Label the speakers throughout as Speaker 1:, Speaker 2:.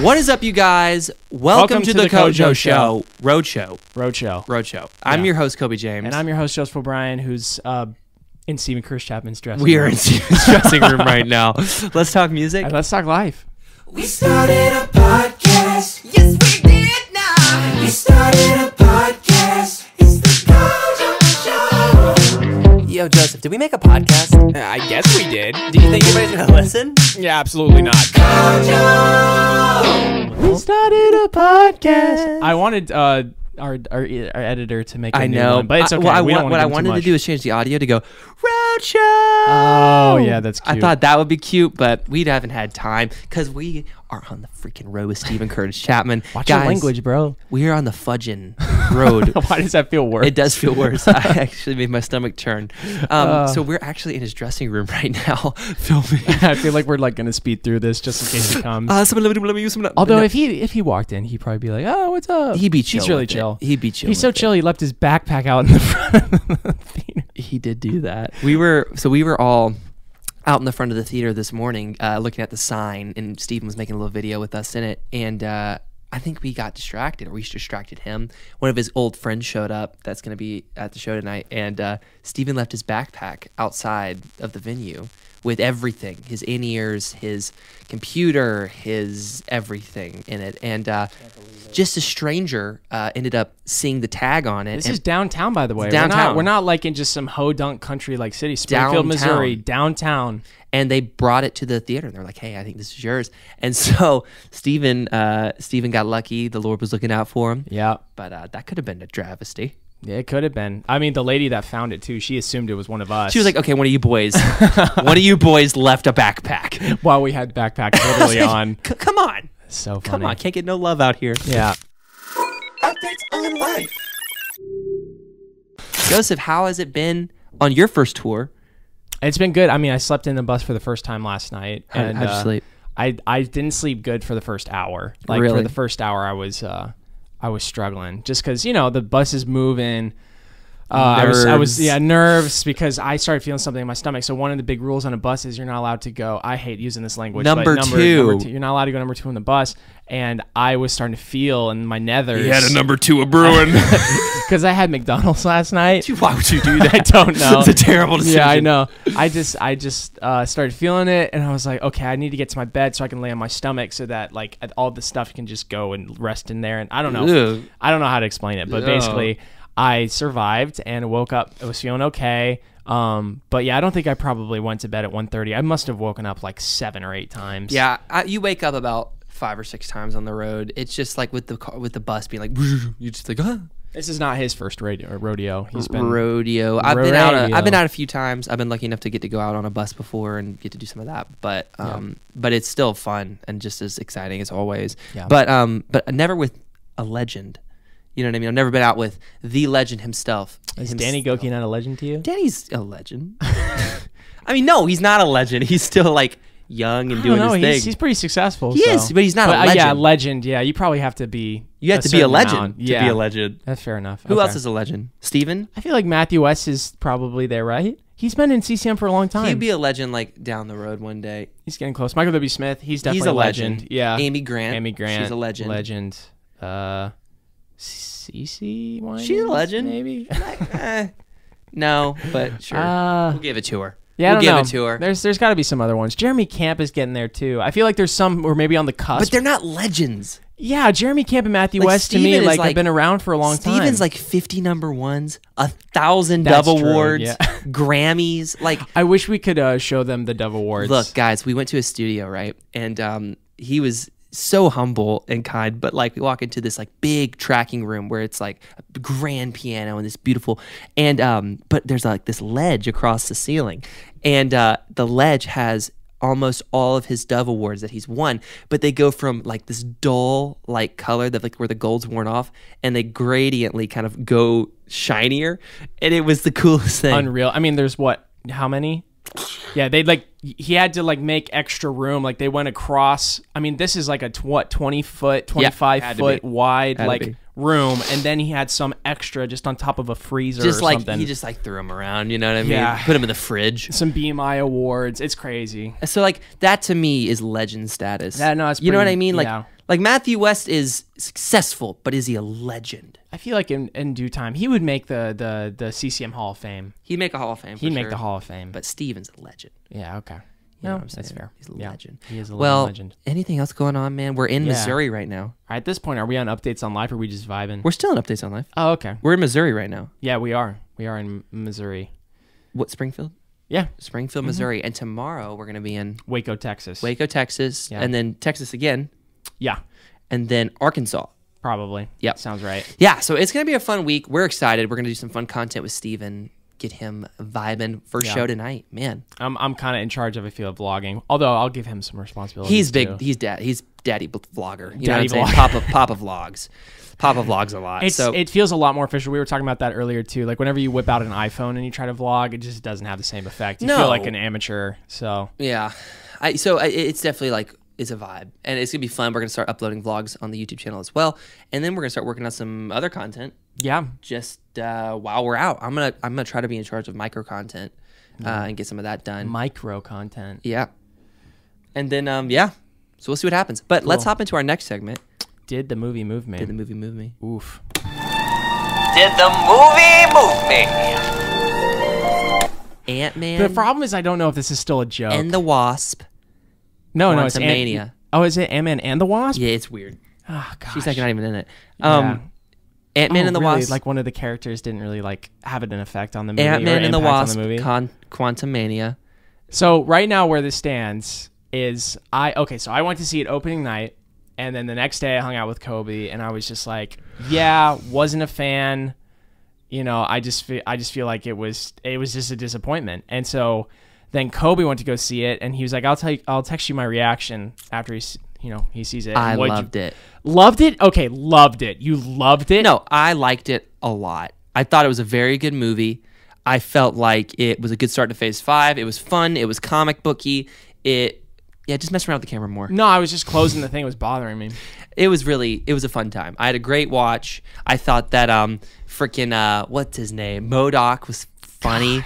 Speaker 1: What is up, you guys? Welcome, to, the, Kojo, Show. Roadshow.
Speaker 2: Roadshow.
Speaker 1: Roadshow. I'm
Speaker 2: Yeah.
Speaker 1: your host, Kobe James.
Speaker 2: And I'm your host, Joseph O'Brien, who's uh, in Stephen Chris Chapman's dressing
Speaker 1: we are
Speaker 2: room.
Speaker 1: in Steven's dressing room right now. Let's talk music.
Speaker 2: And let's talk life.
Speaker 3: We started a podcast. Yes, we did now. We started a podcast. It's the Gojo Show.
Speaker 4: Yo, Joseph, did we make a podcast?
Speaker 1: Uh,
Speaker 5: I guess we did.
Speaker 4: Do you think anybody's gonna listen?
Speaker 5: Yeah, absolutely not.
Speaker 3: Gojo.
Speaker 2: We started a podcast. I wanted uh, our, our e, our editor to make. I
Speaker 1: I know,
Speaker 2: one, but it's
Speaker 1: I-
Speaker 2: okay.
Speaker 1: well, I
Speaker 2: we
Speaker 1: want-
Speaker 2: don't
Speaker 1: what I
Speaker 2: wanna
Speaker 1: wanted
Speaker 2: give him too
Speaker 1: to
Speaker 2: much.
Speaker 1: do is change the audio to go Roadshow.
Speaker 2: Oh, yeah, that's
Speaker 1: I
Speaker 2: cute.
Speaker 1: thought that would be cute, but we haven't had time because we are on the freaking road with Stephen Curtis Chapman.
Speaker 2: watch
Speaker 1: guys,
Speaker 2: your language, bro.
Speaker 1: We are on the fudging road.
Speaker 2: Why does that feel worse?
Speaker 1: It does feel worse. I actually made my stomach churn. Um,
Speaker 2: Uh.
Speaker 1: so we're actually in his dressing room right now filming.
Speaker 2: I feel like we're like gonna speed through this just in case he comes.
Speaker 1: Uh, someone let me, let me use some.
Speaker 2: Although if he if he walked in, he'd probably be like, "Oh, what's up?"
Speaker 1: He'd be chill
Speaker 2: He's really
Speaker 1: with it.
Speaker 2: chill.
Speaker 1: He'd be chill
Speaker 2: He's so
Speaker 1: with it.
Speaker 2: chill. He left his backpack out in the front of the theater.
Speaker 1: he did do that. We were so we were all out in the front of the theater this morning, uh, looking at the sign, and Steven was making a little video with us in it, and uh, I think we got distracted, or we distracted him. One of his old friends showed up. That's going to be at the show tonight, and uh, Steven left his backpack outside of the venue with everything his in ears his computer his everything in it and uh, just a stranger uh, ended up seeing the tag on it
Speaker 2: This
Speaker 1: and
Speaker 2: is downtown, by the way. We're
Speaker 1: downtown.
Speaker 2: not, we're not like in just some ho dunk country like city. Springfield,
Speaker 1: Downtown.
Speaker 2: Missouri, downtown.
Speaker 1: and they brought it to the theater and they're like hey i think this is yours and so stephen uh stephen got lucky the lord was looking out for him
Speaker 2: Yeah.
Speaker 1: but uh, that could have been a travesty
Speaker 2: It could have been. I mean, the lady that found it too, she assumed it was one of us.
Speaker 1: she was like okay one of you boys one of you boys left a backpack
Speaker 2: while we had backpack totally on.
Speaker 1: C- come on
Speaker 2: So funny.
Speaker 1: come on can't get no love out here
Speaker 2: Yeah.
Speaker 3: Updates on life.
Speaker 1: joseph how has it been on your first tour
Speaker 2: It's been good. I mean, I slept in the bus for the first time last night. uh,
Speaker 1: How- how'd you sleep?
Speaker 2: I I didn't sleep good for the first hour. Like
Speaker 1: Really?
Speaker 2: for the first hour, I was uh, I was struggling just because you know the bus is moving. Uh, I was I was
Speaker 1: Nerves.
Speaker 2: yeah nerves because I started feeling something in my stomach. So one of the big rules on a bus is you're not allowed to go. I hate using this language. but
Speaker 1: Number two.
Speaker 2: number two, you're not allowed to go number two on the bus. And I was starting to feel in my nethers.
Speaker 5: He had a number two of brewing.
Speaker 2: because I had McDonald's last night. Oh,
Speaker 1: why would you do
Speaker 2: I don't know.
Speaker 1: it's a terrible decision
Speaker 2: Yeah, I know. I just I just uh, started feeling it, and I was like, okay, I need to get to my bed so I can lay on my stomach so that like all the stuff can just go and rest in there. And I don't know.
Speaker 1: Ew.
Speaker 2: I don't know how to explain it, but basically, I survived and woke up. I was feeling okay. Um, but yeah, I don't think I probably went to bed at 1.30. I must have woken up like seven or eight times.
Speaker 1: yeah I, you wake up about five or six times on the road it's just like with the car with the bus being like you just like huh
Speaker 2: this is not his first radio, uh, rodeo. He's been
Speaker 1: rodeo. I've been out. A, I've been
Speaker 2: Rodeo.
Speaker 1: out a few times. I've been lucky enough to get to go out on a bus before and get to do some of that. But um, but it's still fun and just as exciting as always.
Speaker 2: Yeah.
Speaker 1: But um, but never with a legend. You know what I mean? I've never been out with the legend himself.
Speaker 2: is
Speaker 1: Hims-
Speaker 2: Danny Goki not a legend to you?
Speaker 1: Danny's a legend. I mean, no, he's not a legend. He's still like young and
Speaker 2: I don't
Speaker 1: doing his
Speaker 2: know.
Speaker 1: thing.
Speaker 2: He's, he's pretty successful.
Speaker 1: He is,
Speaker 2: so-
Speaker 1: but he's not a
Speaker 2: uh, yeah,
Speaker 1: legend.
Speaker 2: legend. Yeah, you probably have to be.
Speaker 1: you have to be a
Speaker 2: certain
Speaker 1: legend
Speaker 2: amount.
Speaker 1: to
Speaker 2: yeah.
Speaker 1: be a legend.
Speaker 2: That's fair enough.
Speaker 1: Who
Speaker 2: Okay.
Speaker 1: else is a legend? Steven?
Speaker 2: I feel like Matthew West is probably there, right? He's been in CCM for a long time.
Speaker 1: He'd be a legend like down the road one day.
Speaker 2: he's getting close. Michael W. Smith. He's definitely
Speaker 1: He's a
Speaker 2: a legend.
Speaker 1: legend.
Speaker 2: Yeah.
Speaker 1: Amy Grant.
Speaker 2: Amy Grant.
Speaker 1: She's a legend.
Speaker 2: Legend. Uh, Cece Winans.
Speaker 1: She's a legend.
Speaker 2: Maybe.
Speaker 1: Eh, no, but sure.
Speaker 2: Uh,
Speaker 1: We'll give it to her. we'll
Speaker 2: yeah, I don't
Speaker 1: give
Speaker 2: know.
Speaker 1: it to her.
Speaker 2: There's there's got to be some other ones. Jeremy Camp is getting there too. I feel like there's some or maybe on the
Speaker 1: but
Speaker 2: cusp.
Speaker 1: they're not legends.
Speaker 2: yeah, Jeremy Camp and Matthew
Speaker 1: Like,
Speaker 2: West to
Speaker 1: Steven
Speaker 2: me
Speaker 1: is
Speaker 2: like,
Speaker 1: like-
Speaker 2: have been around for a long time.
Speaker 1: Steven's like 50 number ones, a thousand
Speaker 2: That's
Speaker 1: Dove
Speaker 2: true,
Speaker 1: awards,
Speaker 2: yeah.
Speaker 1: Grammys. Like,
Speaker 2: I wish we could uh, show them the Dove Awards.
Speaker 1: look, guys, we went to his studio, right? And um, he was so humble and kind, but like we walk into this like big tracking room where it's like a grand piano and this beautiful, and um, but there's like this ledge across the ceiling, and uh, the ledge has almost all of his Dove awards that he's won, but they go from like this dull like color that like where the gold's worn off, and they gradiently kind of go shinier, and it was the coolest thing.
Speaker 2: unreal. I mean, there's what? How many? Yeah, they like he had to like make extra room. Like they went across. I mean, this is like a tw- what twenty foot, twenty five
Speaker 1: had to
Speaker 2: foot
Speaker 1: be.
Speaker 2: wide
Speaker 1: to
Speaker 2: like
Speaker 1: be.
Speaker 2: room, and then he had some extra just on top of a freezer
Speaker 1: just
Speaker 2: or
Speaker 1: like
Speaker 2: something.
Speaker 1: he just like threw them around, you know what I mean?
Speaker 2: Yeah.
Speaker 1: Put them in the fridge.
Speaker 2: some BMI awards. It's crazy.
Speaker 1: So like that to me is legend status.
Speaker 2: Yeah, no, it's
Speaker 1: you know what
Speaker 2: pretty-
Speaker 1: I mean. Like
Speaker 2: yeah.
Speaker 1: Like Matthew West is successful, but is he a legend?
Speaker 2: I feel like in, in due time he would make the the the CCM Hall of Fame.
Speaker 1: He'd make a Hall of Fame. for
Speaker 2: He'd make
Speaker 1: sure.
Speaker 2: the Hall of Fame.
Speaker 1: But Steven's a legend.
Speaker 2: yeah, okay.
Speaker 1: know
Speaker 2: No,
Speaker 1: what I'm
Speaker 2: that's
Speaker 1: saying?
Speaker 2: fair.
Speaker 1: He's a
Speaker 2: Yeah.
Speaker 1: legend.
Speaker 2: He is a
Speaker 1: well,
Speaker 2: legend.
Speaker 1: anything else going on, man? We're in
Speaker 2: Yeah.
Speaker 1: Missouri right now.
Speaker 2: All right, at this point, are we on updates on life or are we just vibing?
Speaker 1: We're still in updates on life.
Speaker 2: oh, okay.
Speaker 1: We're in Missouri right now.
Speaker 2: Yeah, we are. We are in M- Missouri.
Speaker 1: What Springfield?
Speaker 2: Yeah,
Speaker 1: Springfield,
Speaker 2: Mm-hmm.
Speaker 1: Missouri, and tomorrow we're gonna be in
Speaker 2: Waco, Texas.
Speaker 1: Waco, Texas,
Speaker 2: Yeah.
Speaker 1: and then Texas again,
Speaker 2: Yeah,
Speaker 1: and then Arkansas.
Speaker 2: probably.
Speaker 1: Yep.
Speaker 2: sounds right.
Speaker 1: Yeah, so it's gonna be a fun week. We're excited. We're gonna do some fun content with Steven. Get him vibing. First
Speaker 2: Yeah.
Speaker 1: show tonight, man.
Speaker 2: I'm I'm kind of in charge of a field vlogging. Although I'll give him some responsibility.
Speaker 1: He's big.
Speaker 2: Too.
Speaker 1: He's dad. He's daddy bl- vlogger. You
Speaker 2: Daddy
Speaker 1: know what I'm
Speaker 2: vlogger.
Speaker 1: saying? Papa Papa vlogs. Papa vlogs a lot.
Speaker 2: It's,
Speaker 1: so
Speaker 2: it feels a lot more official. We were talking about that earlier too. Like whenever you whip out an iPhone and you try to vlog, it just doesn't have the same effect. You
Speaker 1: No.
Speaker 2: feel like an amateur. So
Speaker 1: Yeah, I so I, it's definitely like it's a vibe, and it's gonna be fun. We're gonna start uploading vlogs on the YouTube channel as well, and then we're gonna start working on some other content.
Speaker 2: yeah,
Speaker 1: Just uh, while we're out, I'm gonna I'm gonna try to be in charge of micro content
Speaker 2: Mm-hmm.
Speaker 1: uh, and get some of that done.
Speaker 2: micro content.
Speaker 1: yeah, and then um yeah, so we'll see what happens. But let's hop into our next segment.
Speaker 2: Did the movie move me?
Speaker 1: Did the movie move me?
Speaker 2: Oof.
Speaker 4: Did the movie move me?
Speaker 1: Ant
Speaker 2: The
Speaker 1: Man
Speaker 2: problem is I don't know if this is still a joke.
Speaker 1: and the Wasp.
Speaker 2: no, no, it's Ant-
Speaker 1: Quantumania.
Speaker 2: oh, is it Ant Man and the Wasp?
Speaker 1: Yeah, it's weird.
Speaker 2: Oh, gosh.
Speaker 1: She's like not even in it. Um, Ant Man
Speaker 2: Oh,
Speaker 1: and the
Speaker 2: really?
Speaker 1: Wasp.
Speaker 2: Like one of the characters didn't really like have an effect on the movie.
Speaker 1: Ant Man
Speaker 2: or
Speaker 1: and the
Speaker 2: impact on
Speaker 1: Wasp.
Speaker 2: The movie.
Speaker 1: Con- Quantum Mania.
Speaker 2: So right now where this stands is I okay, so I went to see it opening night and then the next day I hung out with Kobe and I was just like, yeah, wasn't a fan. You know, I just feel, I just feel like it was it was just a disappointment. And so then Kobe went to go see it and he was like, I'll tell you, I'll text you my reaction after he's you know, he sees it.
Speaker 1: I
Speaker 2: And what'd you-
Speaker 1: loved it.
Speaker 2: Loved it? Okay, loved it. You loved it?
Speaker 1: No, I liked it a lot. I thought it was a very good movie. I felt like it was a good start to phase five. It was fun. It was comic booky. It yeah, just mess around with the camera more.
Speaker 2: No, I was just closing the thing. It was bothering me.
Speaker 1: It was really it was a fun time. I had a great watch. I thought that um freaking uh what's his name? Modoc was funny.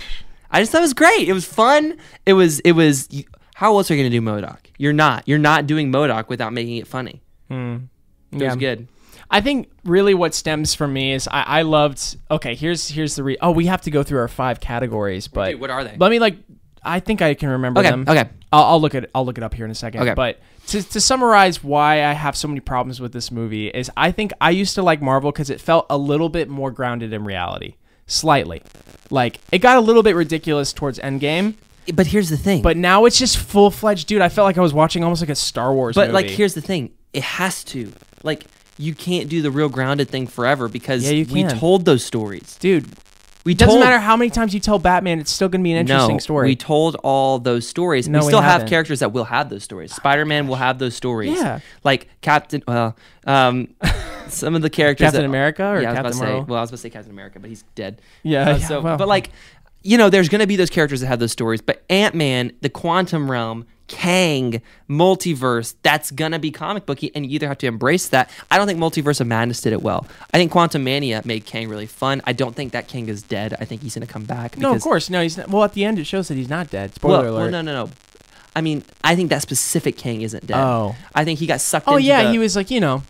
Speaker 1: I just thought it was great. It was fun. It was it was you- how else are you gonna do Modoc? You're not. You're not doing Modoc without making it funny.
Speaker 2: Hmm.
Speaker 1: It was good.
Speaker 2: I think really what stems from me is I, I loved. Okay, here's here's the re. Oh, we have to go through our five categories, but
Speaker 1: Dude, what are they?
Speaker 2: Let me like. I think I can remember
Speaker 1: Okay,
Speaker 2: them.
Speaker 1: okay.
Speaker 2: I'll, I'll look at I'll look it up here in a second.
Speaker 1: Okay.
Speaker 2: But to, to summarize why I have so many problems with this movie is I think I used to like Marvel because it felt a little bit more grounded in reality, slightly. Like it got a little bit ridiculous towards Endgame,
Speaker 1: But here's the thing.
Speaker 2: but now it's just full fledged. Dude, I felt like I was watching almost like a Star Wars.
Speaker 1: But like,
Speaker 2: movie.
Speaker 1: here's the thing: it has to. Like, you can't do the real grounded thing forever because
Speaker 2: Yeah, you
Speaker 1: we
Speaker 2: can.
Speaker 1: told those stories.
Speaker 2: dude,
Speaker 1: We
Speaker 2: Doesn't
Speaker 1: told,
Speaker 2: matter how many times you tell Batman, it's still gonna be an interesting
Speaker 1: no,
Speaker 2: story.
Speaker 1: We told all those stories.
Speaker 2: No,
Speaker 1: we
Speaker 2: we
Speaker 1: still have
Speaker 2: haven't.
Speaker 1: characters that will have those stories. Spider Man will have those stories.
Speaker 2: Yeah.
Speaker 1: Like Captain. Well, um, some of the characters.
Speaker 2: Captain
Speaker 1: that-
Speaker 2: America or
Speaker 1: yeah, I was about
Speaker 2: Captain
Speaker 1: to say-
Speaker 2: Marvel?
Speaker 1: well, I was about to say Captain America, but he's dead.
Speaker 2: Yeah,
Speaker 1: Uh,
Speaker 2: yeah,
Speaker 1: so,
Speaker 2: well.
Speaker 1: but like, you know, there's gonna be those characters that have those stories. But Ant Man, the Quantum Realm. Kang, multiverse, that's gonna be comic booky, and you either have to embrace that. I don't think Multiverse of Madness did it well. I think Quantum Mania made Kang really fun. I don't think that Kang is dead. I think he's gonna come back.
Speaker 2: no, of
Speaker 1: because-
Speaker 2: course, no. He's not, well at the end. It shows that he's not dead. Spoiler
Speaker 1: well,
Speaker 2: alert.
Speaker 1: well, no, no, no. I mean, I think that specific Kang isn't dead.
Speaker 2: Oh.
Speaker 1: I think he got sucked.
Speaker 2: Oh
Speaker 1: into
Speaker 2: yeah,
Speaker 1: the-
Speaker 2: he was like you know,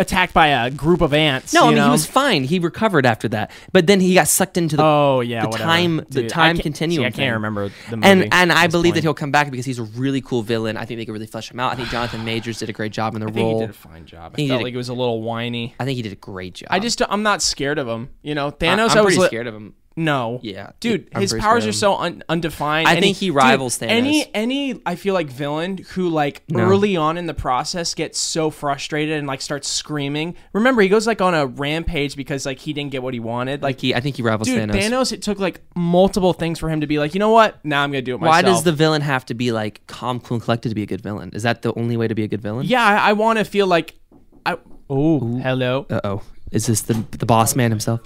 Speaker 2: attacked by a group of ants.
Speaker 1: No, I
Speaker 2: you
Speaker 1: mean
Speaker 2: know?
Speaker 1: he was fine. He recovered after that, but then he got sucked into the
Speaker 2: Oh yeah,
Speaker 1: the
Speaker 2: whatever.
Speaker 1: time the
Speaker 2: Dude, I
Speaker 1: time
Speaker 2: can't- see,
Speaker 1: continuum.
Speaker 2: I can't
Speaker 1: thing.
Speaker 2: remember the movie.
Speaker 1: And and I
Speaker 2: at this
Speaker 1: believe that
Speaker 2: point.
Speaker 1: he'll come back because he's a really cool villain. I think they could really flesh him out. I think Jonathan Majors did a great job in the
Speaker 2: I think
Speaker 1: role.
Speaker 2: he did a fine job. I
Speaker 1: He
Speaker 2: felt
Speaker 1: did a-
Speaker 2: like it was a little whiny.
Speaker 1: I think he did a great job.
Speaker 2: I just I'm not scared of him. You know,
Speaker 1: I,
Speaker 2: Thanos.
Speaker 1: am
Speaker 2: I was
Speaker 1: pretty
Speaker 2: li-
Speaker 1: scared of him.
Speaker 2: No.
Speaker 1: Yeah,
Speaker 2: Dude,
Speaker 1: I'm
Speaker 2: his
Speaker 1: pretty scared
Speaker 2: powers are
Speaker 1: of him.
Speaker 2: so un- undefined.
Speaker 1: I
Speaker 2: and
Speaker 1: think he rivals
Speaker 2: dude,
Speaker 1: Thanos.
Speaker 2: Any any I feel like villain who like
Speaker 1: No.
Speaker 2: early on in the process gets so frustrated and like starts screaming. Remember, he goes like on a rampage because like he didn't get what he wanted. Like
Speaker 1: He, I think he rivals
Speaker 2: dude,
Speaker 1: Thanos.
Speaker 2: Thanos. it took like multiple things for him to be like, you know what? Now I'm gonna do it myself.
Speaker 1: Why does the villain have to be like calm, cool, and collected to be a good villain? Is that the only way to be a good villain?
Speaker 2: Yeah, I, I want to feel like I. Oh, hello.
Speaker 1: Uh oh. Is this the the boss man himself?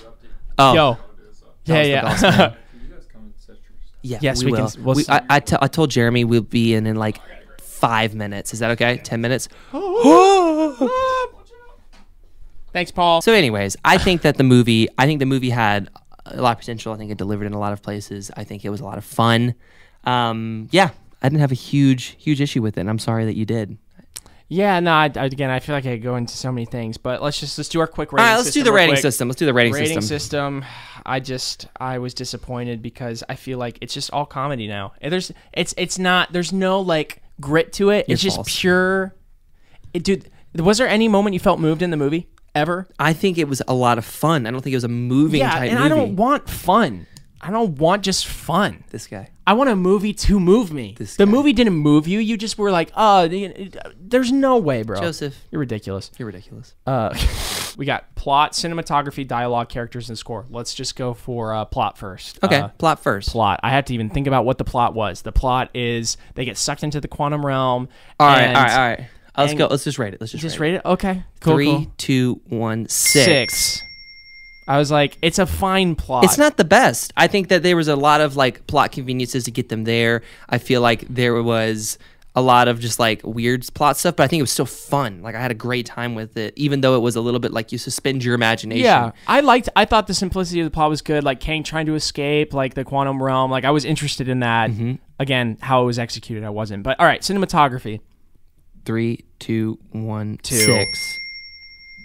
Speaker 1: Oh.
Speaker 2: Yo. Yeah,
Speaker 1: was the boss
Speaker 2: yeah.
Speaker 1: man. Yeah,
Speaker 2: Yes,
Speaker 1: we,
Speaker 2: we can-
Speaker 1: will.
Speaker 2: we'll
Speaker 1: we,
Speaker 2: s-
Speaker 1: I, I, t- I told Jeremy we'll be in in like five minutes. Is that okay? Ten minutes.
Speaker 2: Thanks, Paul.
Speaker 1: So, anyways, I think that the movie. I think the movie had a lot of potential. I think it delivered in a lot of places. I think it was a lot of fun. Um, yeah, I didn't have a huge, huge issue with it. and I'm sorry that you did.
Speaker 2: Yeah, no. I, I- again, I feel like I go into so many things, but let's just let's do our quick rating.
Speaker 1: All right, let's do
Speaker 2: system
Speaker 1: the
Speaker 2: real
Speaker 1: rating
Speaker 2: quick.
Speaker 1: system. Let's do the rating,
Speaker 2: Rating
Speaker 1: system.
Speaker 2: system. I just I was disappointed because I feel like it's just all comedy now. And There's it's it's not there's no like grit to it. it's just
Speaker 1: false.
Speaker 2: pure. It, dude, was there any moment you felt moved in the movie ever?
Speaker 1: I think it was a lot of fun. I don't think it was a moving
Speaker 2: Yeah,
Speaker 1: type
Speaker 2: and
Speaker 1: movie.
Speaker 2: I don't want fun. I don't want just fun.
Speaker 1: this guy.
Speaker 2: I want a movie to move me. the
Speaker 1: guy.
Speaker 2: movie didn't move you. You just were like, oh, the- there's no way, bro.
Speaker 1: Joseph.
Speaker 2: You're ridiculous.
Speaker 1: You're ridiculous.
Speaker 2: Uh, we got plot, cinematography, dialogue, characters, and score. Let's just go for uh, plot first.
Speaker 1: Okay,
Speaker 2: Uh,
Speaker 1: plot first.
Speaker 2: plot. I had to even think about what the plot was. The plot is they get sucked into the quantum realm.
Speaker 1: all right,
Speaker 2: and-
Speaker 1: all right, all right. Let's
Speaker 2: and-
Speaker 1: go. Let's just rate it. Let's just,
Speaker 2: Just
Speaker 1: rate
Speaker 2: rate it. Okay.
Speaker 1: it.
Speaker 2: Cool.
Speaker 1: Three,
Speaker 2: cool.
Speaker 1: two, one, six.
Speaker 2: I was like, it's a fine plot.
Speaker 1: It's not the best. I think that there was a lot of like plot conveniences to get them there. I feel like there was a lot of just like weird plot stuff, but I think it was still fun. Like I had a great time with it, even though it was a little bit like you suspend your imagination.
Speaker 2: Yeah, I liked. I thought the simplicity of the plot was good. Like Kang trying to escape, like the quantum realm. Like I was interested in that.
Speaker 1: Mm-hmm.
Speaker 2: Again, how it was executed, I wasn't. But all right, cinematography,
Speaker 1: Three, two, one, two.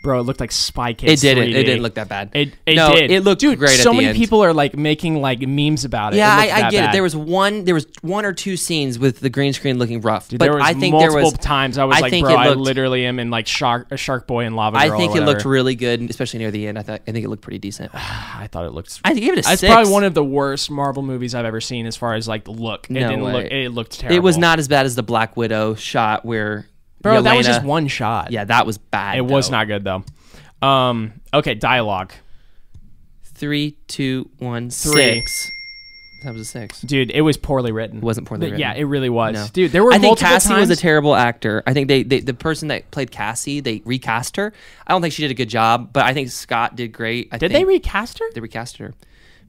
Speaker 2: bro, it looked like Spy
Speaker 1: It
Speaker 2: Kids.
Speaker 1: didn't.
Speaker 2: 3D.
Speaker 1: It didn't look that bad.
Speaker 2: It, it
Speaker 1: no,
Speaker 2: did.
Speaker 1: it looked
Speaker 2: Dude,
Speaker 1: great.
Speaker 2: So
Speaker 1: at the
Speaker 2: many
Speaker 1: end.
Speaker 2: people are like making like memes about it.
Speaker 1: Yeah,
Speaker 2: It
Speaker 1: I,
Speaker 2: looked
Speaker 1: I
Speaker 2: that
Speaker 1: get it.
Speaker 2: bad.
Speaker 1: There was one, there was one or two scenes with the green screen looking rough,
Speaker 2: Dude,
Speaker 1: but
Speaker 2: there was
Speaker 1: I think there
Speaker 2: multiple
Speaker 1: was
Speaker 2: times I was
Speaker 1: I
Speaker 2: like,
Speaker 1: think
Speaker 2: bro,
Speaker 1: it
Speaker 2: I
Speaker 1: looked-
Speaker 2: literally am in like shark, a shark boy and lava.
Speaker 1: I
Speaker 2: Girl or
Speaker 1: think it looked
Speaker 2: whatever.
Speaker 1: really good, especially near the end. I thought I think it looked pretty decent.
Speaker 2: I thought it looked.
Speaker 1: I gave it a
Speaker 2: It's
Speaker 1: six.
Speaker 2: probably one of the worst Marvel movies I've ever seen, as far as like the look. It
Speaker 1: No
Speaker 2: didn't
Speaker 1: way.
Speaker 2: look. It looked terrible.
Speaker 1: It was not as bad as the Black Widow shot where
Speaker 2: Bro, that was
Speaker 1: Yelena-
Speaker 2: just one shot.
Speaker 1: Yeah, that was bad.
Speaker 2: It was
Speaker 1: though.
Speaker 2: not good though. Um, okay, dialogue.
Speaker 1: Three, two, one, six.
Speaker 2: Three.
Speaker 1: That was a six. It
Speaker 2: Dude, it was poorly written.
Speaker 1: wasn't poorly written.
Speaker 2: Yeah, it really was.
Speaker 1: No.
Speaker 2: Dude, there were
Speaker 1: I think
Speaker 2: multiple
Speaker 1: Cassie
Speaker 2: times.
Speaker 1: was a terrible actor. I think they, they the person that played Cassie they recast her. I don't think she did a good job, but I think Scott did great. I
Speaker 2: Did
Speaker 1: think
Speaker 2: they recast her?
Speaker 1: they recast her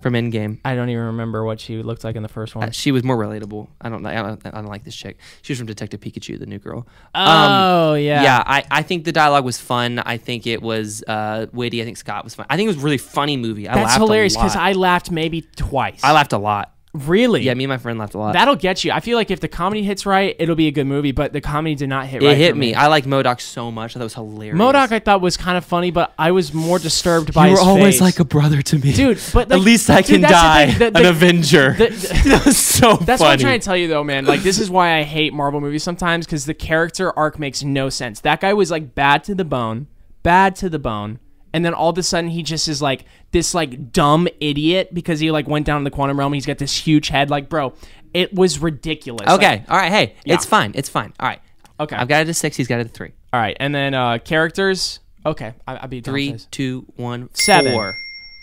Speaker 1: from Endgame.
Speaker 2: I don't even remember what she looked like in the first one.
Speaker 1: She was more relatable. I don't know. I don't, I don't like this chick. She was from Detective Pikachu, the new girl. Um,
Speaker 2: oh yeah.
Speaker 1: yeah I, I think the dialogue was fun i think it was uh, witty i think scott was fun i think it was a really funny movie i
Speaker 2: That's
Speaker 1: laughed
Speaker 2: hilarious
Speaker 1: because
Speaker 2: because I laughed maybe twice.
Speaker 1: I laughed a lot
Speaker 2: really.
Speaker 1: yeah me and my friend laughed a lot
Speaker 2: That'll get you. I feel like if the comedy hits right, it'll be a good movie. But the comedy did not hit
Speaker 1: it
Speaker 2: right.
Speaker 1: hit
Speaker 2: for
Speaker 1: me. i liked modoc so much that was hilarious
Speaker 2: Modoc, I thought was kind of funny, but I was more disturbed by.
Speaker 1: you were
Speaker 2: his
Speaker 1: always
Speaker 2: face.
Speaker 1: like a brother to me
Speaker 2: Dude, but,
Speaker 1: at
Speaker 2: like-
Speaker 1: least i
Speaker 2: dude,
Speaker 1: can
Speaker 2: that's the
Speaker 1: die
Speaker 2: thing, the-
Speaker 1: an
Speaker 2: the-
Speaker 1: avenger
Speaker 2: the- the-
Speaker 1: that was so
Speaker 2: That's what I'm
Speaker 1: funny
Speaker 2: trying to tell you, though, man. Like, this is why I hate Marvel movies sometimes because the character arc makes no sense. That guy was like bad to the bone, bad to the bone, and then all of a sudden he just is like this like dumb idiot because he like went down in the quantum realm. He's got this huge head. Like, bro, it was ridiculous. Like,
Speaker 1: okay all right hey it's fine it's fine all right
Speaker 2: okay,
Speaker 1: i've got it at six he's got it at three
Speaker 2: all right, and then uh characters. Okay, I, I'd be down for
Speaker 1: three
Speaker 2: this.
Speaker 1: two one
Speaker 2: Seven.
Speaker 1: four.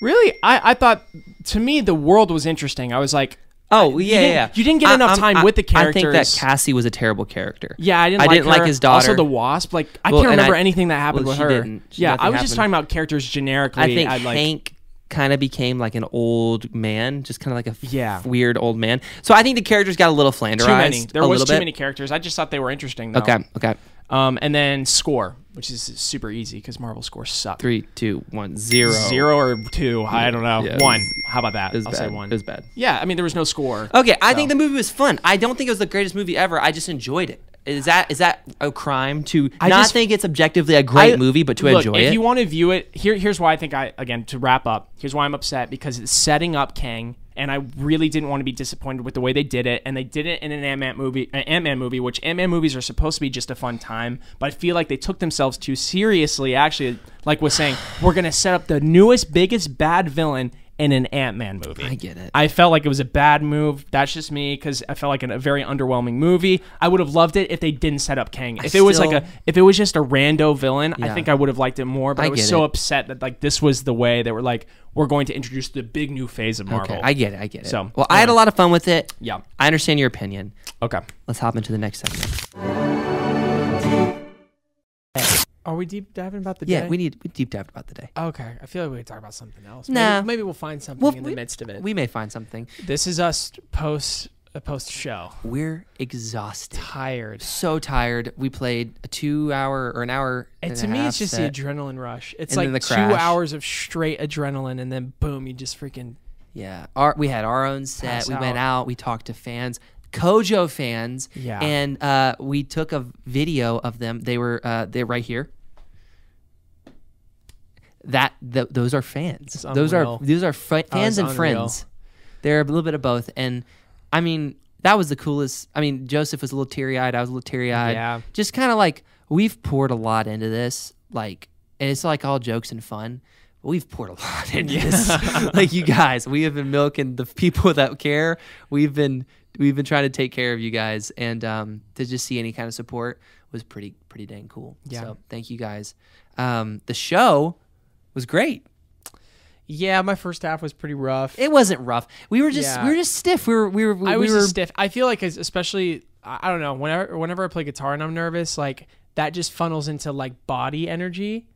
Speaker 2: Really, I I thought to me the world was interesting. I was like,
Speaker 1: Oh yeah,
Speaker 2: didn't-
Speaker 1: yeah.
Speaker 2: you didn't get enough
Speaker 1: I'm-
Speaker 2: time with the
Speaker 1: I think
Speaker 2: characters.
Speaker 1: that Cassie was a terrible character.
Speaker 2: Yeah, I didn't.
Speaker 1: I
Speaker 2: like
Speaker 1: didn't like
Speaker 2: her.
Speaker 1: his daughter.
Speaker 2: Also, the wasp. Like, I
Speaker 1: Well,
Speaker 2: can't
Speaker 1: and I-
Speaker 2: remember anything that happened
Speaker 1: well,
Speaker 2: with
Speaker 1: she
Speaker 2: her.
Speaker 1: didn't. She-
Speaker 2: yeah, I was
Speaker 1: nothing
Speaker 2: just talking
Speaker 1: happened.
Speaker 2: about characters generically.
Speaker 1: I think
Speaker 2: I'd like,
Speaker 1: Hank kind of became like an old man, just kind of like a f-
Speaker 2: Yeah.
Speaker 1: weird old man. So I think the characters got a little flanderized.
Speaker 2: too many. There
Speaker 1: a
Speaker 2: was
Speaker 1: little
Speaker 2: too
Speaker 1: bit.
Speaker 2: many characters. I just thought they were interesting. Though.
Speaker 1: Okay, okay.
Speaker 2: Um, and then score, which is super easy because Marvel scores suck.
Speaker 1: Three, two, one, zero.
Speaker 2: Zero or two. I don't know.
Speaker 1: Yeah, it
Speaker 2: one.
Speaker 1: was-
Speaker 2: How about that?
Speaker 1: It was
Speaker 2: I'll
Speaker 1: bad.
Speaker 2: say one.
Speaker 1: It was bad.
Speaker 2: Yeah, I mean there was no score.
Speaker 1: Okay, I
Speaker 2: So-
Speaker 1: think the movie was fun. I don't think it was the greatest movie ever. I just enjoyed it. Is that is that a crime to
Speaker 2: I
Speaker 1: not
Speaker 2: just-
Speaker 1: think it's objectively a great
Speaker 2: I-
Speaker 1: movie, but to
Speaker 2: look,
Speaker 1: enjoy
Speaker 2: if
Speaker 1: it?
Speaker 2: you want to view it, here, here's why I think I again to wrap up. Here's why I'm upset because it's setting up Kang, and I really didn't want to be disappointed with the way they did it, and they did it in an Ant-Man movie, an Ant-Man movie, which Ant-Man movies are supposed to be just a fun time, but I feel like they took themselves too seriously. Actually, like was saying, we're gonna set up the newest, biggest bad villain. In an Ant Man movie, I
Speaker 1: get it.
Speaker 2: I felt like it was a bad move. That's just me because I felt like an, a very underwhelming movie. I would have loved it if they didn't set up Kang. If it was like
Speaker 1: still-
Speaker 2: a if it was just a rando villain, I
Speaker 1: Yeah.
Speaker 2: think I would have liked it more. But I,
Speaker 1: I
Speaker 2: was
Speaker 1: get
Speaker 2: so
Speaker 1: it.
Speaker 2: upset that like this was the way they were like we're going to introduce the big new phase of Marvel.
Speaker 1: okay, I get it. I get it.
Speaker 2: So,
Speaker 1: So, well, I had a lot of fun with it.
Speaker 2: Yeah.
Speaker 1: I understand your opinion.
Speaker 2: Okay.
Speaker 1: Let's hop into the next segment.
Speaker 2: Are we deep diving about the
Speaker 1: Yeah, we need we deep dive about the day.
Speaker 2: Okay, I feel like we could talk about something else.
Speaker 1: Nah.
Speaker 2: Maybe, maybe we'll find something
Speaker 1: Well,
Speaker 2: in
Speaker 1: we-
Speaker 2: the midst of it.
Speaker 1: We may find something.
Speaker 2: this is us post a post show.
Speaker 1: We're exhausted,
Speaker 2: Tired.
Speaker 1: so tired. We played a two-hour or an hour.
Speaker 2: And
Speaker 1: and
Speaker 2: to
Speaker 1: a
Speaker 2: me,
Speaker 1: half
Speaker 2: it's just
Speaker 1: set.
Speaker 2: the adrenaline rush. It's
Speaker 1: And then
Speaker 2: like
Speaker 1: the
Speaker 2: two
Speaker 1: crash.
Speaker 2: hours of straight adrenaline, and then boom, you just freaking
Speaker 1: yeah. Our, we had our own set.
Speaker 2: Pass
Speaker 1: we went
Speaker 2: out.
Speaker 1: out. We talked to fans. Kojo fans.
Speaker 2: Yeah.
Speaker 1: And uh, we took a video of them. They were uh, they're right here. That th- those are fans. Those are
Speaker 2: unreal.
Speaker 1: those are fri fans and
Speaker 2: unreal.
Speaker 1: friends. They're a little bit of both. And I mean, that was the coolest. I mean, Joseph was a little teary eyed. I was a little teary eyed.
Speaker 2: Yeah.
Speaker 1: Just kind of like we've poured a lot into this. Like, and it's like all jokes and fun. But we've poured a lot into this. like you guys, we have been milking the people that care. We've been we've been trying to take care of you guys, and um, to just see any kind of support was pretty pretty dang cool.
Speaker 2: Yeah.
Speaker 1: So thank you guys. Um, the show was great.
Speaker 2: Yeah, my first half was pretty rough.
Speaker 1: It wasn't rough. We were just
Speaker 2: Yeah.
Speaker 1: we were just stiff. We were we were we,
Speaker 2: I
Speaker 1: we
Speaker 2: was
Speaker 1: were
Speaker 2: just stiff. I feel like, as- especially, I I don't know, whenever whenever I play guitar and I'm nervous, like that just funnels into like body energy.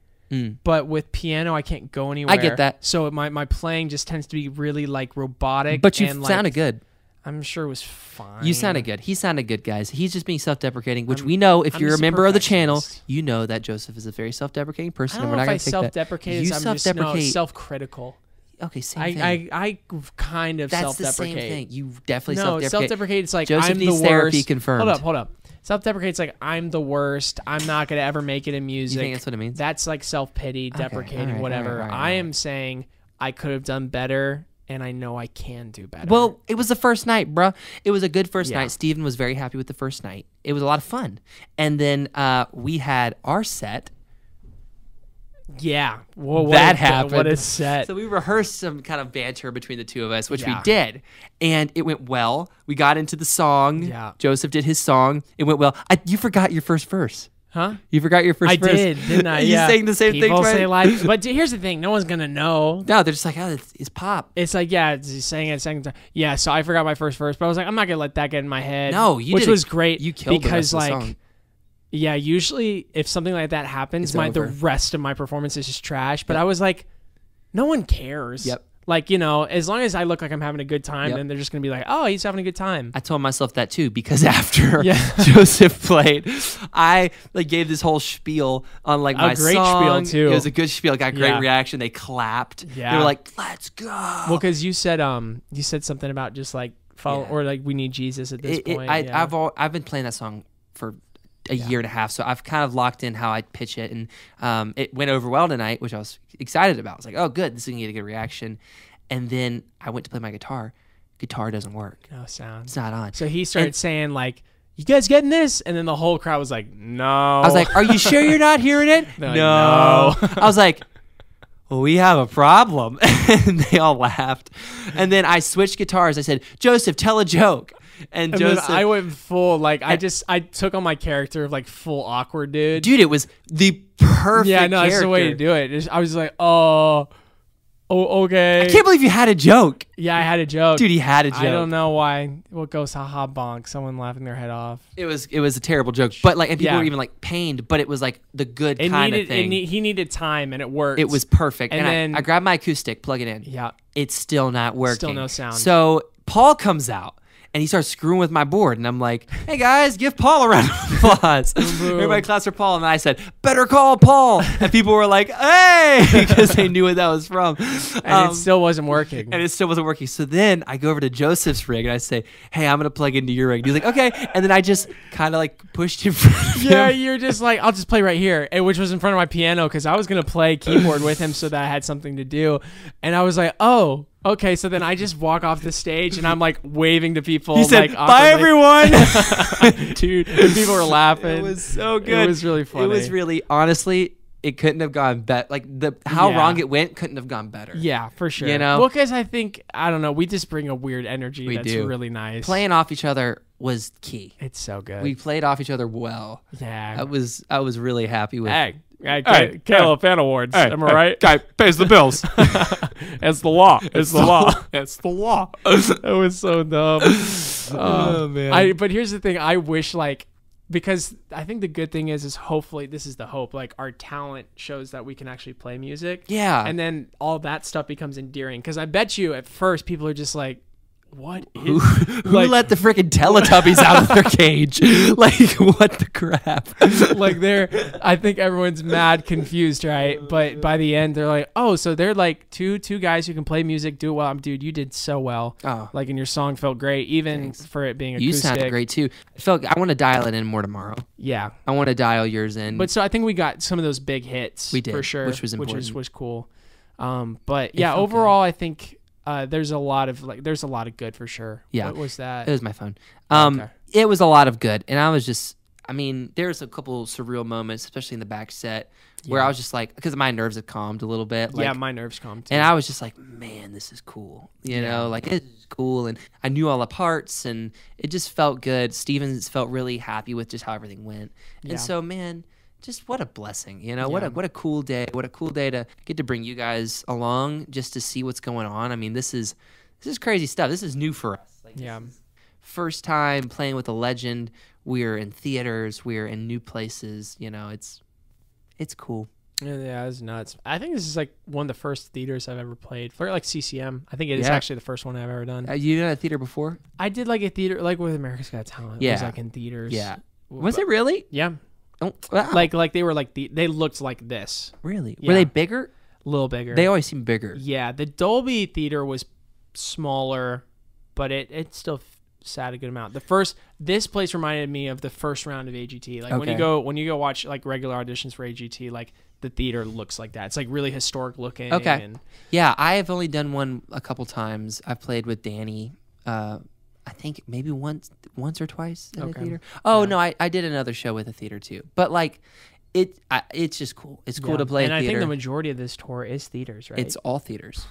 Speaker 2: But with piano, I can't go anywhere.
Speaker 1: Mm. that.
Speaker 2: So my, my playing just tends to be really like robotic.
Speaker 1: but you
Speaker 2: and, like,
Speaker 1: sounded good.
Speaker 2: I'm sure it was fine.
Speaker 1: You sounded good. He sounded good, guys. He's just being self-deprecating, which we know. If
Speaker 2: I'm
Speaker 1: you're a
Speaker 2: just a
Speaker 1: member of the channel,
Speaker 2: perfectionist.
Speaker 1: you know that Joseph is a very self-deprecating
Speaker 2: I
Speaker 1: person.
Speaker 2: don't
Speaker 1: and we're
Speaker 2: know
Speaker 1: not
Speaker 2: if I
Speaker 1: going to take that.
Speaker 2: self-deprecate.
Speaker 1: You
Speaker 2: as I'm just no,
Speaker 1: self-deprecate.
Speaker 2: self-critical.
Speaker 1: okay, same thing.
Speaker 2: I, I I kind of
Speaker 1: That's the
Speaker 2: self-deprecate.
Speaker 1: same thing. You definitely
Speaker 2: No,
Speaker 1: self-deprecate.
Speaker 2: self-deprecate. It's like
Speaker 1: Joseph
Speaker 2: I'm
Speaker 1: needs
Speaker 2: the
Speaker 1: therapy
Speaker 2: worst.
Speaker 1: confirmed.
Speaker 2: Hold up, hold up. Self-deprecate's like I'm the worst. I'm not gonna ever make it in music.
Speaker 1: that's what it means?
Speaker 2: That's like self-pity, deprecating,
Speaker 1: alright,
Speaker 2: whatever.
Speaker 1: alright, alright,
Speaker 2: I am saying I could have done better, and I know I can do better.
Speaker 1: Well, it was the first night, bruh. It was a good first
Speaker 2: Yeah.
Speaker 1: night. Steven was very happy with the first night. It was a lot of fun. And then uh, we had our set.
Speaker 2: yeah. Well, what
Speaker 1: that
Speaker 2: a,
Speaker 1: happened.
Speaker 2: What a set.
Speaker 1: So we rehearsed some kind of banter between the two of us, which we
Speaker 2: Uh, Yeah.
Speaker 1: did, and it went well. We got into the song.
Speaker 2: Yeah.
Speaker 1: Joseph did his song. It went well. I, you forgot your first verse.
Speaker 2: huh?
Speaker 1: You forgot your first
Speaker 2: I
Speaker 1: verse.
Speaker 2: did, didn't I?
Speaker 1: you
Speaker 2: yeah.
Speaker 1: sang the same
Speaker 2: People
Speaker 1: thing.
Speaker 2: say
Speaker 1: right?
Speaker 2: life, but d- here's the thing: no one's gonna know.
Speaker 1: No, they're just like, oh, it's, it's pop.
Speaker 2: It's like yeah, it's just saying it second time. Yeah, so I forgot my first verse, but I was like, I'm not gonna let that get in my head.
Speaker 1: No, you
Speaker 2: which
Speaker 1: did a-
Speaker 2: was great.
Speaker 1: you killed the
Speaker 2: because
Speaker 1: rest of the
Speaker 2: like,
Speaker 1: song.
Speaker 2: yeah, usually if something like that happens,
Speaker 1: It's
Speaker 2: my the
Speaker 1: over.
Speaker 2: rest of my performance is just trash. But I was like, no one cares.
Speaker 1: Yep.
Speaker 2: Like you know, as long as I look like I'm having a good time,
Speaker 1: Yep.
Speaker 2: then they're just gonna be like, oh, he's having a good time.
Speaker 1: I told myself that too because after
Speaker 2: Yeah.
Speaker 1: Joseph played, I like gave this whole spiel on like my
Speaker 2: great spiel,
Speaker 1: song.
Speaker 2: too.
Speaker 1: It was a good spiel. Got great
Speaker 2: Yeah.
Speaker 1: reaction. They clapped. They
Speaker 2: Yeah.
Speaker 1: were like, "Let's go."
Speaker 2: well, because you said um, you said something about just like follow
Speaker 1: Yeah.
Speaker 2: or like we need Jesus at this
Speaker 1: It- it-
Speaker 2: point.
Speaker 1: I,
Speaker 2: yeah.
Speaker 1: I've all, I've been playing that song for a year and a half, so I've kind of locked in how I pitch it, and um, it went over well tonight, which I was excited about. I was like, "Oh, good, this is gonna get a good reaction." And then I went to play my guitar. Guitar doesn't work.
Speaker 2: no Oh, sound.
Speaker 1: It's not on.
Speaker 2: So he started saying like, "You guys getting this?" And then the whole crowd was like, "No."
Speaker 1: I was like, "Are you sure you're not hearing it?"
Speaker 2: like, "No."
Speaker 1: I was like, well, "We have a problem," and they all laughed. And then I switched guitars. I said, "Joseph, tell a joke," and,
Speaker 2: And
Speaker 1: Joseph.
Speaker 2: then I went full like I just I took on my character of like full awkward dude.
Speaker 1: Dude, it was the perfect.
Speaker 2: yeah, no, that's the way to
Speaker 1: character.
Speaker 2: do it. It's- I was like, oh, oh, okay.
Speaker 1: I can't believe you had a joke.
Speaker 2: yeah, I had a joke,
Speaker 1: Dude, he had a joke.
Speaker 2: I don't know why. What goes haha bonk? Someone laughing their head off.
Speaker 1: It was it was a terrible joke, but like, and people
Speaker 2: Yeah.
Speaker 1: were even like pained, but it was like the good
Speaker 2: It
Speaker 1: kind
Speaker 2: needed.
Speaker 1: of thing.
Speaker 2: It
Speaker 1: It,
Speaker 2: ne- he needed time, and it worked.
Speaker 1: was perfect. And,
Speaker 2: And
Speaker 1: I,
Speaker 2: then-
Speaker 1: I grabbed my acoustic, plug it in.
Speaker 2: Yeah.
Speaker 1: it's still not working.
Speaker 2: no sound.
Speaker 1: So Paul comes out and he starts screwing with my board, and I'm like, "Hey guys, give Paul a round of applause." Everybody claps for Paul, and I said, "Better call Paul." And people were like, "Hey," because they knew what that was from.
Speaker 2: And
Speaker 1: Um,
Speaker 2: it still wasn't working.
Speaker 1: and it still wasn't working. So then I go over to Joseph's rig and I say, "Hey, I'm gonna plug into your rig." And he's like, "Okay," and then I just kind of like pushed in front of
Speaker 2: yeah,
Speaker 1: him.
Speaker 2: you're just like, I'll just play right here, and which was in front of my piano because I was gonna play keyboard with him so that I had something to do, and I was like, oh, okay. So then I just walk off the stage and I'm like waving to people.
Speaker 1: He said,
Speaker 2: like,
Speaker 1: "Bye, everyone."
Speaker 2: everyone, dude. And people were laughing.
Speaker 1: it was so good.
Speaker 2: It was really funny.
Speaker 1: It was really honestly, it couldn't have gone better. Like the how
Speaker 2: Yeah.
Speaker 1: wrong it went couldn't have gone better.
Speaker 2: yeah, for sure.
Speaker 1: You know?
Speaker 2: well, because I think I don't know, we just bring a weird energy
Speaker 1: We
Speaker 2: that's
Speaker 1: do.
Speaker 2: really nice.
Speaker 1: playing off each other was key.
Speaker 2: it's so good.
Speaker 1: We played off each other well. I
Speaker 2: yeah.
Speaker 1: was I was really happy with.
Speaker 2: Hey, hey,
Speaker 5: Hey,
Speaker 2: Caleb Fan Awards. am I right?
Speaker 5: Guy pays the bills.
Speaker 2: It's the law. It's the law.
Speaker 5: That's the law.
Speaker 2: That was so dumb. oh man. I but here's the thing. I wish like because I think the good thing is is hopefully this is the hope. Like our talent shows that we can actually play music.
Speaker 1: Yeah.
Speaker 2: And then all that stuff becomes endearing. Because I bet you at first people are just like, what
Speaker 1: Who,
Speaker 2: is
Speaker 1: who
Speaker 2: Like-
Speaker 1: let the freaking Teletubbies out of their cage? Like, what the crap?
Speaker 2: like they're I think everyone's mad confused, right? But by the end they're like, "Oh, so they're like two two guys who can play music, do it well." I'm dude, you did so well.
Speaker 1: Oh.
Speaker 2: Like and your song felt great even for it being acoustic.
Speaker 1: you sound great too. I feel like I want to dial it in more tomorrow.
Speaker 2: Yeah.
Speaker 1: I want to dial yours in.
Speaker 2: But so I think we got some of those big hits
Speaker 1: We did,
Speaker 2: for sure,
Speaker 1: which was
Speaker 2: Which was,
Speaker 1: important.
Speaker 2: cool. Um, but yeah,
Speaker 1: felt
Speaker 2: overall I think uh, there's a lot of like there's a lot of good for sure.
Speaker 1: Yeah.
Speaker 2: What was that?
Speaker 1: It was my phone. Um,
Speaker 2: Okay.
Speaker 1: It was a lot of good. And I was just, I mean, there was a couple surreal moments, especially in the back set, where I was just like, because my nerves had calmed a little bit. Like,
Speaker 2: yeah, my nerves calmed. Too.
Speaker 1: and I was just like, man, this is cool. You know, like, this is cool. And I knew all the parts and it just felt good. Stevens felt really happy with just how everything went.
Speaker 2: Yeah.
Speaker 1: And so, man. Just what a blessing, you know. What a what a cool day. What a cool day to get to bring you guys along, just to see what's going on. I mean, this is this is crazy stuff. This is new for us. Like,
Speaker 2: yeah.
Speaker 1: first time playing with a legend. We're in theaters. We're in new places. You know, it's it's cool.
Speaker 2: Yeah, yeah, it was nuts. I think this is like one of the first theaters I've ever played for like CCM. I think it is
Speaker 1: Yeah.
Speaker 2: actually the first one I've ever done.
Speaker 1: Uh, you done a theater before?
Speaker 2: I did like a theater, like with America's Got Talent. It was
Speaker 1: Yeah.
Speaker 2: like in theaters. W-
Speaker 1: Was
Speaker 2: but-
Speaker 1: it really?
Speaker 2: Yeah.
Speaker 1: Oh, wow.
Speaker 2: Like, like they were like the, they looked like this,
Speaker 1: really?
Speaker 2: yeah.
Speaker 1: Were they bigger?
Speaker 2: a little bigger.
Speaker 1: They always seem bigger.
Speaker 2: yeah. The Dolby theater was smaller, but it it still f- sat a good amount. The first this place reminded me of the first round of AGT. Like when you
Speaker 1: Okay.
Speaker 2: go when you go watch like regular auditions for AGT, like the theater looks like that. It's like really historic looking.
Speaker 1: Okay.
Speaker 2: and-
Speaker 1: Yeah, I have only done one a couple times. I've played with Danny. Uh, I think maybe once, once or twice in
Speaker 2: Okay.
Speaker 1: a theater. Oh no, I, I did another show with a theater too. But like, it I, it's just cool. It's cool
Speaker 2: Yeah.
Speaker 1: to play.
Speaker 2: And
Speaker 1: a
Speaker 2: I
Speaker 1: theater.
Speaker 2: think the majority of this tour is theaters, right?
Speaker 1: It's all theaters.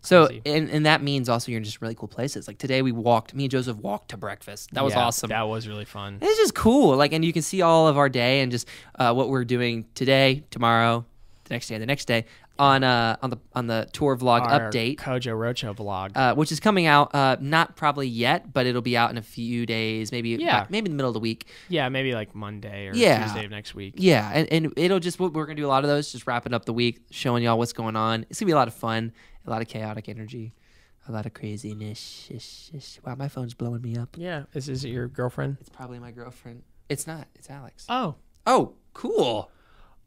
Speaker 1: So
Speaker 2: Crazy.
Speaker 1: and, and that means also you're in just really cool places. Like today we walked, me and Joseph walked to breakfast. That was
Speaker 2: Yeah,
Speaker 1: awesome.
Speaker 2: That was really fun.
Speaker 1: it's just cool. Like and you can see all of our day and just uh, what we're doing today, tomorrow, the next day, the next day on uh on the on the tour vlog
Speaker 2: Our
Speaker 1: update.
Speaker 2: Kojo Rocho vlog.
Speaker 1: Uh, which is coming out uh, not probably yet, but it'll be out in a few days, maybe uh,
Speaker 2: Yeah.
Speaker 1: maybe in the middle of the week.
Speaker 2: yeah, maybe like Monday or
Speaker 1: Yeah.
Speaker 2: Tuesday of next week.
Speaker 1: Yeah, and, and it'll just we're gonna do a lot of those, just wrapping up the week, showing y'all what's going on. It's gonna be a lot of fun, a lot of chaotic energy, a lot of craziness. Ish, ish. Wow, my phone's blowing me up.
Speaker 2: Yeah. Is is it your girlfriend?
Speaker 1: It's probably my girlfriend. It's not. It's Alex.
Speaker 2: Oh.
Speaker 1: Oh, cool.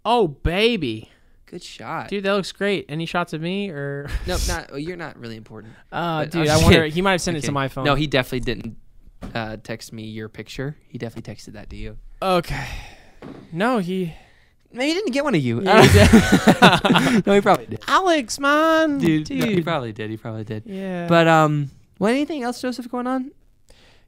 Speaker 2: Oh baby.
Speaker 1: Good shot.
Speaker 2: Dude, that looks great. Any shots of me or
Speaker 1: No, not oh, you're not really important.
Speaker 2: Uh,
Speaker 1: I'm
Speaker 2: dude, I
Speaker 1: just
Speaker 2: wonder
Speaker 1: kidding.
Speaker 2: he might have sent it to
Speaker 1: oh, Okay.
Speaker 2: my phone.
Speaker 1: No, he definitely didn't uh, text me your picture. He definitely texted that to you.
Speaker 2: Okay. No, he
Speaker 1: No, he didn't get one of you.
Speaker 2: Yeah,
Speaker 1: no, he probably did.
Speaker 2: Alex man
Speaker 1: Dude, no, he probably did. He probably did.
Speaker 2: yeah.
Speaker 1: But um, what anything else, Joseph, going on?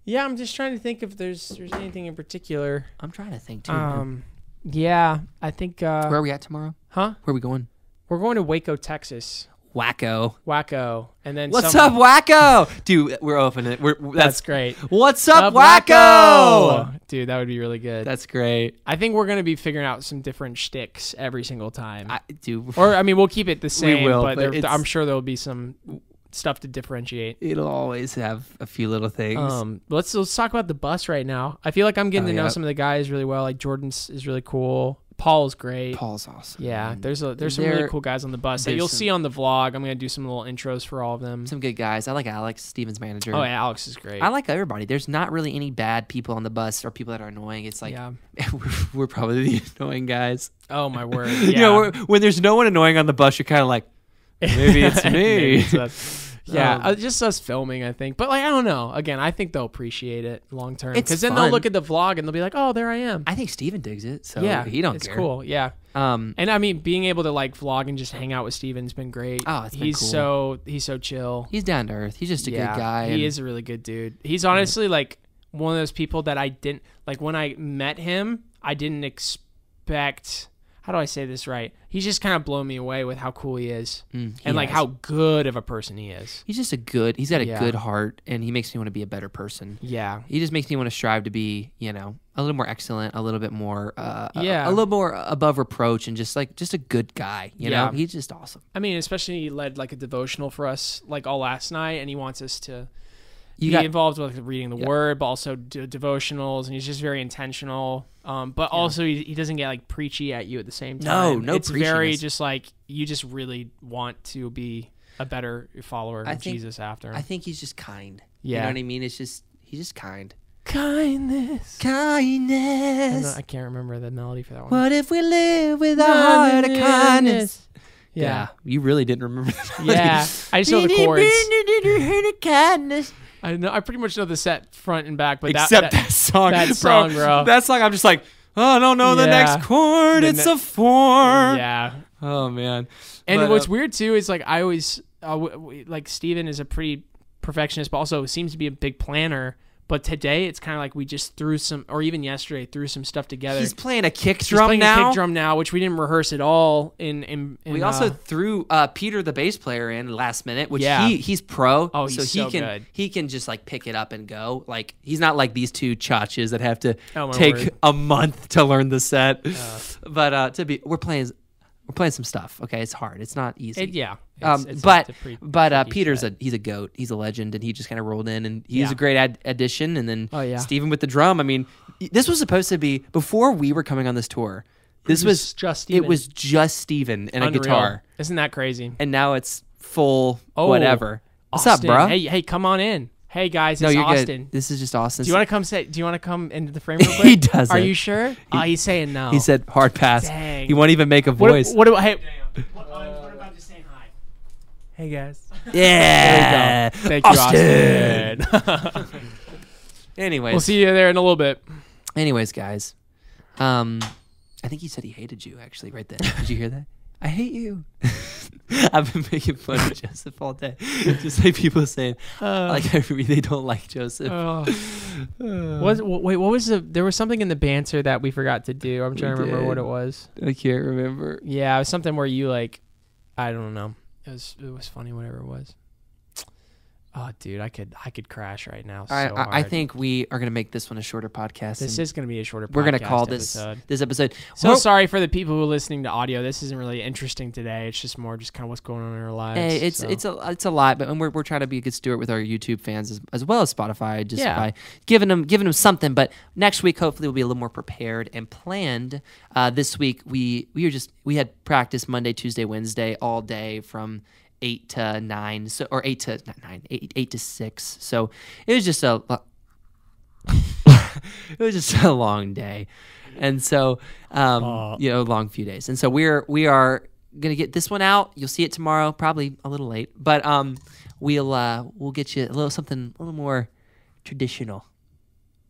Speaker 2: yeah, I'm just trying to think if there's there's anything in particular.
Speaker 1: I'm trying to think too. man.
Speaker 2: Um yeah, I think uh
Speaker 1: Where are we at tomorrow?
Speaker 2: huh?
Speaker 1: Where are we going?
Speaker 2: We're going to Waco, Texas.
Speaker 1: Wacko.
Speaker 2: Wacko. And then
Speaker 1: What's
Speaker 2: some-
Speaker 1: up, Wacko? Dude, we're opening it. We're,
Speaker 2: That's
Speaker 1: that's,
Speaker 2: great.
Speaker 1: What's up,
Speaker 2: Up
Speaker 1: Wacko?
Speaker 2: Wacko! Dude, that would be really good.
Speaker 1: That's great.
Speaker 2: I think we're gonna be figuring out some different shticks every single time.
Speaker 1: I, dude,
Speaker 2: or I mean, we'll keep it the same.
Speaker 1: will,
Speaker 2: but,
Speaker 1: but
Speaker 2: there-
Speaker 1: it's-
Speaker 2: I'm sure there'll be some stuff to differentiate.
Speaker 1: it'll always have a few little things.
Speaker 2: Um, let's let's talk about the bus right now. I feel like I'm getting
Speaker 1: Oh,
Speaker 2: to know
Speaker 1: yeah.
Speaker 2: some of the guys really well. Like Jordan's is really cool. Paul's great.
Speaker 1: Paul's awesome.
Speaker 2: Yeah,
Speaker 1: man.
Speaker 2: there's a there's some really
Speaker 1: There-
Speaker 2: cool guys on the bus that
Speaker 1: there's
Speaker 2: you'll
Speaker 1: some-
Speaker 2: see on the vlog. I'm gonna do some little intros for all of them.
Speaker 1: some good guys. I like Alex, Steven's manager.
Speaker 2: Mm-hmm. Oh, yeah, Alex is great.
Speaker 1: I like everybody. There's not really any bad people on the bus or people that are annoying. It's like
Speaker 2: Yeah.
Speaker 1: we're, we're probably the annoying guys.
Speaker 2: Oh my word. Yeah.
Speaker 1: You know, we're- when there's no one annoying on the bus, you're kind of like, maybe it's me.
Speaker 2: Maybe it's us. Yeah,
Speaker 1: Um,
Speaker 2: uh, just us filming, I think. But like, I don't know. Again, I think they'll appreciate it long term
Speaker 1: It's
Speaker 2: because then they'll
Speaker 1: fun.
Speaker 2: look at the vlog and they'll be like, "Oh, there I am."
Speaker 1: I think Steven digs it, so
Speaker 2: yeah,
Speaker 1: he don't
Speaker 2: It's
Speaker 1: care.
Speaker 2: cool. Yeah,
Speaker 1: Um,
Speaker 2: and I mean, being able to like vlog and just hang out with Steven's been great.
Speaker 1: Oh, it's been
Speaker 2: he's
Speaker 1: cool.
Speaker 2: so he's so chill.
Speaker 1: he's down to earth. He's just a
Speaker 2: yeah,
Speaker 1: good guy. and-
Speaker 2: He is a really good dude. He's honestly like one of those people that I didn't like when I met him. I didn't expect. How do I say this right? He's just kind of blown me away with how cool he is
Speaker 1: Mm, he
Speaker 2: and like
Speaker 1: has.
Speaker 2: how good of a person he is.
Speaker 1: He's just a good. He's got a
Speaker 2: Yeah.
Speaker 1: good heart, and he makes me want to be a better person.
Speaker 2: Yeah,
Speaker 1: He just makes me want to strive to be, you know, a little more excellent, a little bit more, uh, a-
Speaker 2: Yeah.
Speaker 1: a, little more above reproach, and just like just a good guy. You
Speaker 2: Yeah.
Speaker 1: know, he's just awesome.
Speaker 2: I mean, especially he led like a devotional for us like all last night, and he wants us to
Speaker 1: You
Speaker 2: be
Speaker 1: got
Speaker 2: involved with reading the word, but also do devotionals, and he's just very intentional. Um, but also he, he doesn't get like preachy at you at the same
Speaker 1: No,
Speaker 2: time.
Speaker 1: no
Speaker 2: it's very
Speaker 1: preachiness.
Speaker 2: just like you just really want to be a better follower
Speaker 1: I
Speaker 2: of
Speaker 1: think-
Speaker 2: Jesus after.
Speaker 1: I think he's just kind. You
Speaker 2: Yeah.
Speaker 1: know what I mean? It's just he's just kind.
Speaker 2: Kindness. I don't-
Speaker 1: Kindness.
Speaker 2: I can't remember the melody for that one.
Speaker 1: What if we live with a heart of kindness?
Speaker 2: Yeah.
Speaker 1: you really didn't remember. That
Speaker 2: Yeah. I just know the chords.
Speaker 1: chords. kindness.
Speaker 2: I know. I pretty much know the set front and back, but that,
Speaker 5: Except that,
Speaker 2: that-
Speaker 5: song.
Speaker 2: that
Speaker 5: bro.
Speaker 2: song, bro.
Speaker 5: That song, I'm just like, oh, I don't know the
Speaker 2: Yeah.
Speaker 5: next chord.
Speaker 2: The
Speaker 5: it's
Speaker 2: ne-
Speaker 5: a four.
Speaker 2: yeah.
Speaker 5: Oh, man.
Speaker 2: And
Speaker 5: But,
Speaker 2: what's
Speaker 5: uh,
Speaker 2: weird too is like I always uh, w- w- like Steven is a pretty perfectionist, but also seems to be a big planner. But today it's kind of like we just threw some, or even yesterday threw some stuff together.
Speaker 1: He's playing a kick
Speaker 2: He's
Speaker 1: drum
Speaker 2: playing a
Speaker 1: now.
Speaker 2: kick drum now, which we didn't rehearse at all. In in, in
Speaker 1: We
Speaker 2: uh,
Speaker 1: also threw uh, Peter, the bass player, in last minute, which
Speaker 2: Yeah.
Speaker 1: he he's pro.
Speaker 2: Oh, he's
Speaker 1: so he
Speaker 2: so
Speaker 1: can
Speaker 2: good.
Speaker 1: he can just like pick it up and go. Like he's not like these two chotches that have to
Speaker 2: Oh, my
Speaker 1: take
Speaker 2: word.
Speaker 1: a month to learn the set. but uh, to be, we're playing we're playing some stuff. Okay, it's hard. It's not easy.
Speaker 2: it- yeah,
Speaker 1: Um,
Speaker 2: It's- it's-
Speaker 1: but
Speaker 2: it's a pretty
Speaker 1: but uh,
Speaker 2: tricky
Speaker 1: Peter's
Speaker 2: set.
Speaker 1: a he's a goat. He's a legend, and he just kind of rolled in, and he's
Speaker 2: Yeah.
Speaker 1: a great ad- addition. And then
Speaker 2: Oh, yeah.
Speaker 1: Steven with the drum. I mean, y- this was supposed to be before we were coming on this tour. This
Speaker 2: was
Speaker 1: was
Speaker 2: just
Speaker 1: it
Speaker 2: Steven.
Speaker 1: was just Steven and
Speaker 2: Unreal.
Speaker 1: a guitar,
Speaker 2: Isn't that crazy?
Speaker 1: and now it's full
Speaker 2: Oh,
Speaker 1: whatever. What's
Speaker 2: Austin,
Speaker 1: up, bro?
Speaker 2: Hey hey, come on in. Hey guys,
Speaker 1: no,
Speaker 2: it's
Speaker 1: you're
Speaker 2: Austin.
Speaker 1: good. This is just Austin.
Speaker 2: Do you want to come say? Do you want to come into the frame? Real
Speaker 1: He
Speaker 2: quick? Are
Speaker 1: doesn't.
Speaker 2: you sure? oh, he's saying no.
Speaker 1: he said hard pass.
Speaker 2: Dang.
Speaker 1: He won't even make a
Speaker 2: What,
Speaker 1: voice.
Speaker 2: What do I? Hey, what, about just saying hi? Hey guys.
Speaker 1: yeah.
Speaker 2: Thank you, Austin.
Speaker 1: Anyways,
Speaker 2: we'll see you there in a little bit.
Speaker 1: Anyways, guys, um, I think he said he hated you actually right then. Did you hear that? I hate you. I've been making fun of Joseph all day. Just like people saying, like I really don't like Joseph.
Speaker 2: Uh, what, what- wait, what was the? There was something in the banter that we forgot to do. I'm trying to
Speaker 1: We
Speaker 2: remember what
Speaker 1: did.
Speaker 2: it was.
Speaker 1: I can't remember.
Speaker 2: Yeah, it was something where you like, I don't know. It was it was funny, whatever it was. Oh, dude, I could I could crash right now. So
Speaker 1: I, I, I
Speaker 2: hard.
Speaker 1: think we are gonna make this one a shorter podcast.
Speaker 2: this
Speaker 1: and
Speaker 2: is gonna be a shorter.
Speaker 1: we're gonna
Speaker 2: podcast
Speaker 1: call this
Speaker 2: episode.
Speaker 1: this episode.
Speaker 2: So
Speaker 1: Well,
Speaker 2: sorry for the people who are listening to audio. This isn't really interesting today. It's just more just kind of what's going on in our lives.
Speaker 1: Hey, Eh, it's
Speaker 2: so.
Speaker 1: it's a it's a lot, but and we're, we're trying to be a good steward with our YouTube fans as, as well as Spotify, just
Speaker 2: Yeah.
Speaker 1: by giving them giving them something. But next week, hopefully, we'll be a little more prepared and planned. Uh, this week, we we were just we had practice Monday, Tuesday, Wednesday all day from eight to nine, so or eight to not nine, eight, eight to six. So it was just a lo- it was just a long day, and so um, you know, long few days. And so we're we are gonna get this one out. You'll see it tomorrow, probably a little late, but um, we'll uh, we'll get you a little something a little more traditional,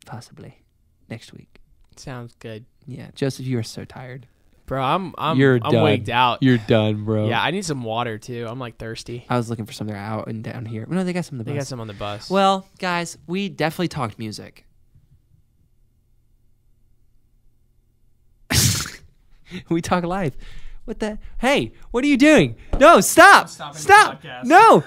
Speaker 1: possibly next week.
Speaker 2: sounds good,
Speaker 1: Yeah, Joseph, you are so tired.
Speaker 2: bro. I'm I'm
Speaker 5: You're
Speaker 2: I'm
Speaker 5: done.
Speaker 2: wigged out.
Speaker 5: You're done, bro.
Speaker 2: yeah, I need some water too. I'm like thirsty.
Speaker 1: I was looking for something out and down here. No, they got some of the
Speaker 2: They got
Speaker 1: best.
Speaker 2: some on the bus.
Speaker 1: Well, guys, we definitely talked music. we talk live. What the? Hey, what are you doing? No, stop! Stop! No!